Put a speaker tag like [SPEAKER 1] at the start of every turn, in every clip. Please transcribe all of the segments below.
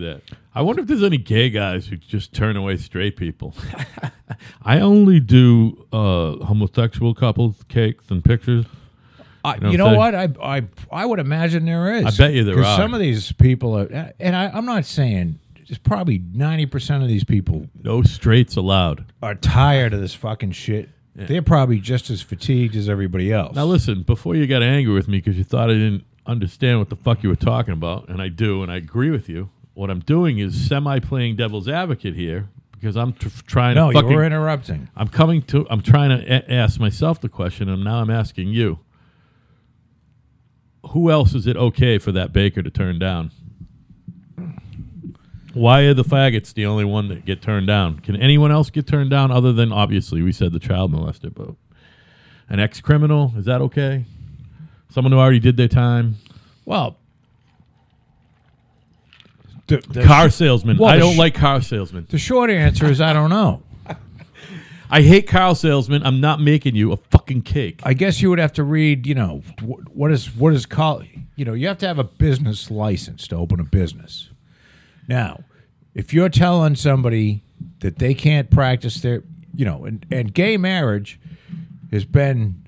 [SPEAKER 1] that.
[SPEAKER 2] I wonder if there's any gay guys who just turn away straight people. I only do uh, homosexual couples, cakes, and pictures.
[SPEAKER 3] I,
[SPEAKER 2] know what
[SPEAKER 3] you know
[SPEAKER 2] I'm
[SPEAKER 3] what? I, I I would imagine there is.
[SPEAKER 2] I bet you there
[SPEAKER 3] 'Cause
[SPEAKER 2] are.
[SPEAKER 3] Some of these people are, uh, and I, I'm not saying it's probably ninety percent of these people
[SPEAKER 2] No straights allowed.
[SPEAKER 3] are tired of this fucking shit. They're probably just as fatigued as everybody else.
[SPEAKER 2] Now, listen, before you got angry with me because you thought I didn't understand what the fuck you were talking about, and I do, and I agree with you, what I'm doing is semi playing devil's advocate here because I'm tr- trying
[SPEAKER 3] no,
[SPEAKER 2] to fucking.
[SPEAKER 3] you were interrupting.
[SPEAKER 2] I'm coming to. I'm trying to a- ask myself the question, and now I'm asking you. Who else is it okay for that baker to turn down? Why are the faggots the only one that get turned down? Can anyone else get turned down other than obviously we said the child molester, but an ex criminal is that okay? Someone who already did their time.
[SPEAKER 3] Well, the, the,
[SPEAKER 2] Car salesman.
[SPEAKER 3] Well,
[SPEAKER 2] I
[SPEAKER 3] the
[SPEAKER 2] don't
[SPEAKER 3] sh-
[SPEAKER 2] like car salesmen.
[SPEAKER 3] the short answer is I don't know.
[SPEAKER 2] I hate car salesmen. I'm not making you a fucking cake.
[SPEAKER 3] I guess you would have to read, you know, wh- what is what is called, you know, you have to have a business license to open a business. Now, if you're telling somebody that they can't practice their, you know, and, and gay marriage has been,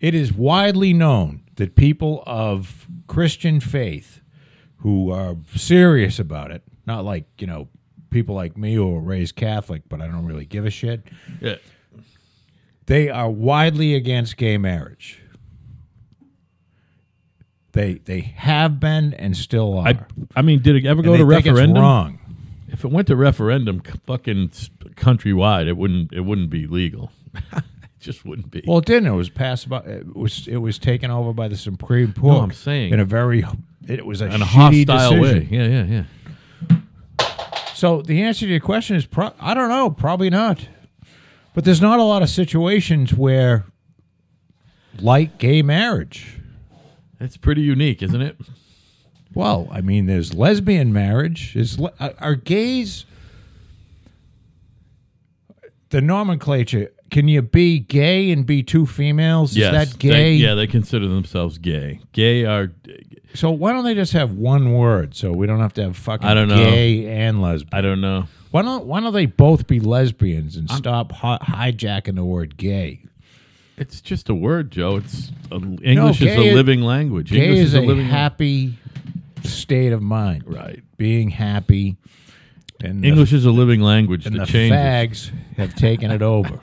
[SPEAKER 3] it is widely known that people of Christian faith who are serious about it, not like, you know, people like me who were raised Catholic, but I don't really give a shit
[SPEAKER 2] Yeah.
[SPEAKER 3] they are widely against gay marriage. They they have been and still are.
[SPEAKER 2] I, I mean, did it ever
[SPEAKER 3] And
[SPEAKER 2] go
[SPEAKER 3] they
[SPEAKER 2] to
[SPEAKER 3] think it's
[SPEAKER 2] referendum?
[SPEAKER 3] wrong.
[SPEAKER 2] If it went to referendum, c- fucking s- countrywide, it wouldn't. It wouldn't be legal. it just wouldn't be.
[SPEAKER 3] Well, it didn't. It was passed by. It was it was taken over by the Supreme Court.
[SPEAKER 2] I'm saying-
[SPEAKER 3] in a very it was a,
[SPEAKER 2] in a
[SPEAKER 3] shitty
[SPEAKER 2] hostile
[SPEAKER 3] decision.
[SPEAKER 2] way. Yeah, yeah, yeah.
[SPEAKER 3] So the answer to your question is pro- I don't know, probably not. But there's not a lot of situations where like gay marriage.
[SPEAKER 2] That's pretty unique, isn't it?
[SPEAKER 3] Well, I mean, there's lesbian marriage. Is le- are are gays the nomenclature? Can you be gay and be two females? Is that
[SPEAKER 2] they-
[SPEAKER 3] gay?
[SPEAKER 2] yeah, they consider themselves gay. Gay are.
[SPEAKER 3] So why don't they just have one word so we don't have to have fucking
[SPEAKER 2] I don't know.
[SPEAKER 3] gay and lesbian?
[SPEAKER 2] I don't know.
[SPEAKER 3] Why don't Why don't they both be lesbians and stop hi- hijacking the word gay?
[SPEAKER 2] It's just a word, Joe. It's a, English is
[SPEAKER 3] gay
[SPEAKER 2] a
[SPEAKER 3] is-
[SPEAKER 2] living language.
[SPEAKER 3] Gay
[SPEAKER 2] English
[SPEAKER 3] is, a,
[SPEAKER 2] living
[SPEAKER 3] happy state of mind,
[SPEAKER 2] right.
[SPEAKER 3] being happy. And the-
[SPEAKER 2] English is a living language
[SPEAKER 3] and the
[SPEAKER 2] that changes.
[SPEAKER 3] fags have taken it over.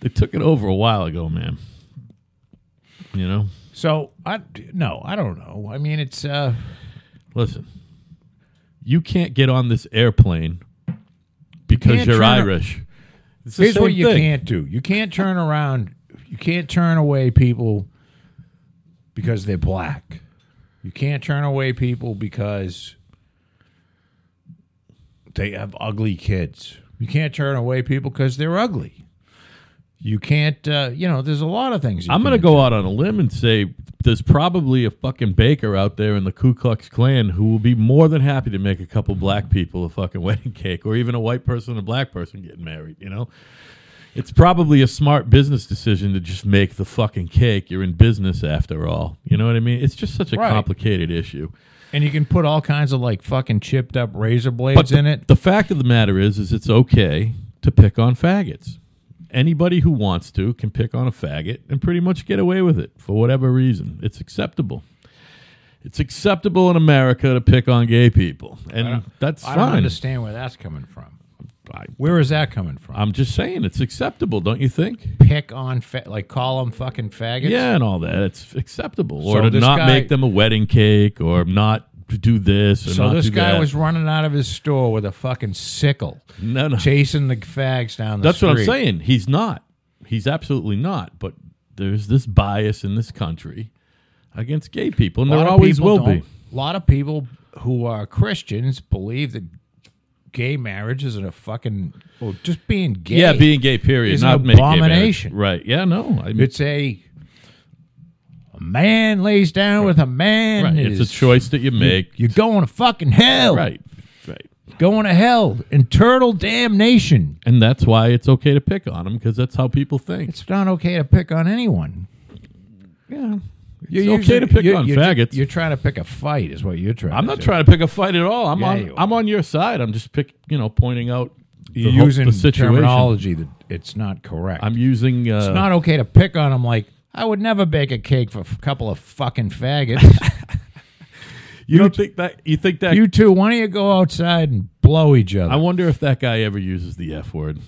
[SPEAKER 2] They took it over a while ago, man. You know,
[SPEAKER 3] So I no, I don't know. I mean, it's uh,
[SPEAKER 2] Listen, you can't get on this airplane because
[SPEAKER 3] can't
[SPEAKER 2] you are
[SPEAKER 3] turn a-
[SPEAKER 2] Irish. It's the
[SPEAKER 3] here's what
[SPEAKER 2] same
[SPEAKER 3] you
[SPEAKER 2] thing.
[SPEAKER 3] can't do. You can't turn around. You can't turn away people because they're black. You can't turn away people because they have ugly kids. You can't turn away people because they're ugly. You can't. Uh, you know, there's a lot of things. You
[SPEAKER 2] I'm going to
[SPEAKER 3] can't
[SPEAKER 2] go out on a limb and say there's probably a fucking baker out there in the Ku Klux Klan who will be more than happy to make a couple black people a fucking wedding cake or even a white person and a black person getting married, you know? It's probably a smart business decision to just make the fucking cake. You're in business after all. You know what I mean? It's just such a
[SPEAKER 3] Right.
[SPEAKER 2] complicated issue.
[SPEAKER 3] do. And you can put all kinds of like fucking chipped up razor blades
[SPEAKER 2] the,
[SPEAKER 3] in it.
[SPEAKER 2] The fact of the matter is, is it's okay to pick on faggots. Anybody who wants to can pick on a faggot and pretty much get away with it for whatever reason. It's acceptable. It's acceptable in America to pick on gay people, and that's
[SPEAKER 3] I don't
[SPEAKER 2] fine.
[SPEAKER 3] understand where that's coming from.
[SPEAKER 2] I,
[SPEAKER 3] Where is that coming from?
[SPEAKER 2] I'm just saying it's acceptable, don't you think?
[SPEAKER 3] pick on fa- like call them fucking faggots.
[SPEAKER 2] Yeah, and all that. It's acceptable, or
[SPEAKER 3] So
[SPEAKER 2] to
[SPEAKER 3] this
[SPEAKER 2] not
[SPEAKER 3] guy-
[SPEAKER 2] make them a wedding cake, or not to do this. Or
[SPEAKER 3] So
[SPEAKER 2] not
[SPEAKER 3] this
[SPEAKER 2] do
[SPEAKER 3] guy
[SPEAKER 2] that.
[SPEAKER 3] was running out of his store with a fucking sickle,
[SPEAKER 2] no, no.
[SPEAKER 3] chasing the fags down the
[SPEAKER 2] That's
[SPEAKER 3] street.
[SPEAKER 2] what I'm saying. He's not. He's absolutely not. But there's this bias in this country against gay people, and
[SPEAKER 3] A lot
[SPEAKER 2] there
[SPEAKER 3] of
[SPEAKER 2] always
[SPEAKER 3] people
[SPEAKER 2] will be.
[SPEAKER 3] don't- A lot of people who are Christians believe that gay marriage isn't a fucking or just being gay.
[SPEAKER 2] Yeah, being gay, period,
[SPEAKER 3] is an
[SPEAKER 2] not making gay marriage.
[SPEAKER 3] abomination.
[SPEAKER 2] Right? Yeah, no. I mean, it's,
[SPEAKER 3] it's a a man lays down with a man.
[SPEAKER 2] right.
[SPEAKER 3] It
[SPEAKER 2] it's
[SPEAKER 3] is-
[SPEAKER 2] a choice that you make.
[SPEAKER 3] You're going to fucking hell.
[SPEAKER 2] right. Right.
[SPEAKER 3] Going to hell. Eternal damnation.
[SPEAKER 2] And that's why it's okay to pick on them because that's how people think.
[SPEAKER 3] It's not okay to pick on anyone.
[SPEAKER 2] yeah. It's okay to pick
[SPEAKER 3] you're-
[SPEAKER 2] on
[SPEAKER 3] you're-
[SPEAKER 2] faggots.
[SPEAKER 3] You're trying to pick a fight, is what you're trying.
[SPEAKER 2] I'm
[SPEAKER 3] to
[SPEAKER 2] not
[SPEAKER 3] do.
[SPEAKER 2] trying to pick a fight at all. I'm
[SPEAKER 3] Yeah,
[SPEAKER 2] on
[SPEAKER 3] you are.
[SPEAKER 2] I'm on your side. I'm just pick you know pointing out the,
[SPEAKER 3] You're
[SPEAKER 2] whole-
[SPEAKER 3] using
[SPEAKER 2] the situation.
[SPEAKER 3] terminology that it's not correct.
[SPEAKER 2] I'm using uh,
[SPEAKER 3] it's not okay to pick on them. Like I would never bake a cake for a couple of fucking faggots.
[SPEAKER 2] you don't think that you think that
[SPEAKER 3] you two, why don't you go outside and blow each other?
[SPEAKER 2] I wonder if that guy ever uses the F word.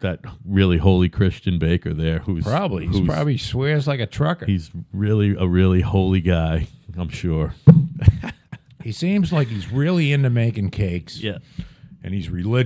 [SPEAKER 2] That really holy Christian Baker there, who's
[SPEAKER 3] probably. He
[SPEAKER 2] who's,
[SPEAKER 3] probably swears like a trucker.
[SPEAKER 2] he's really a really holy guy. I'm sure.
[SPEAKER 3] He seems like he's really into making cakes, and he's religious.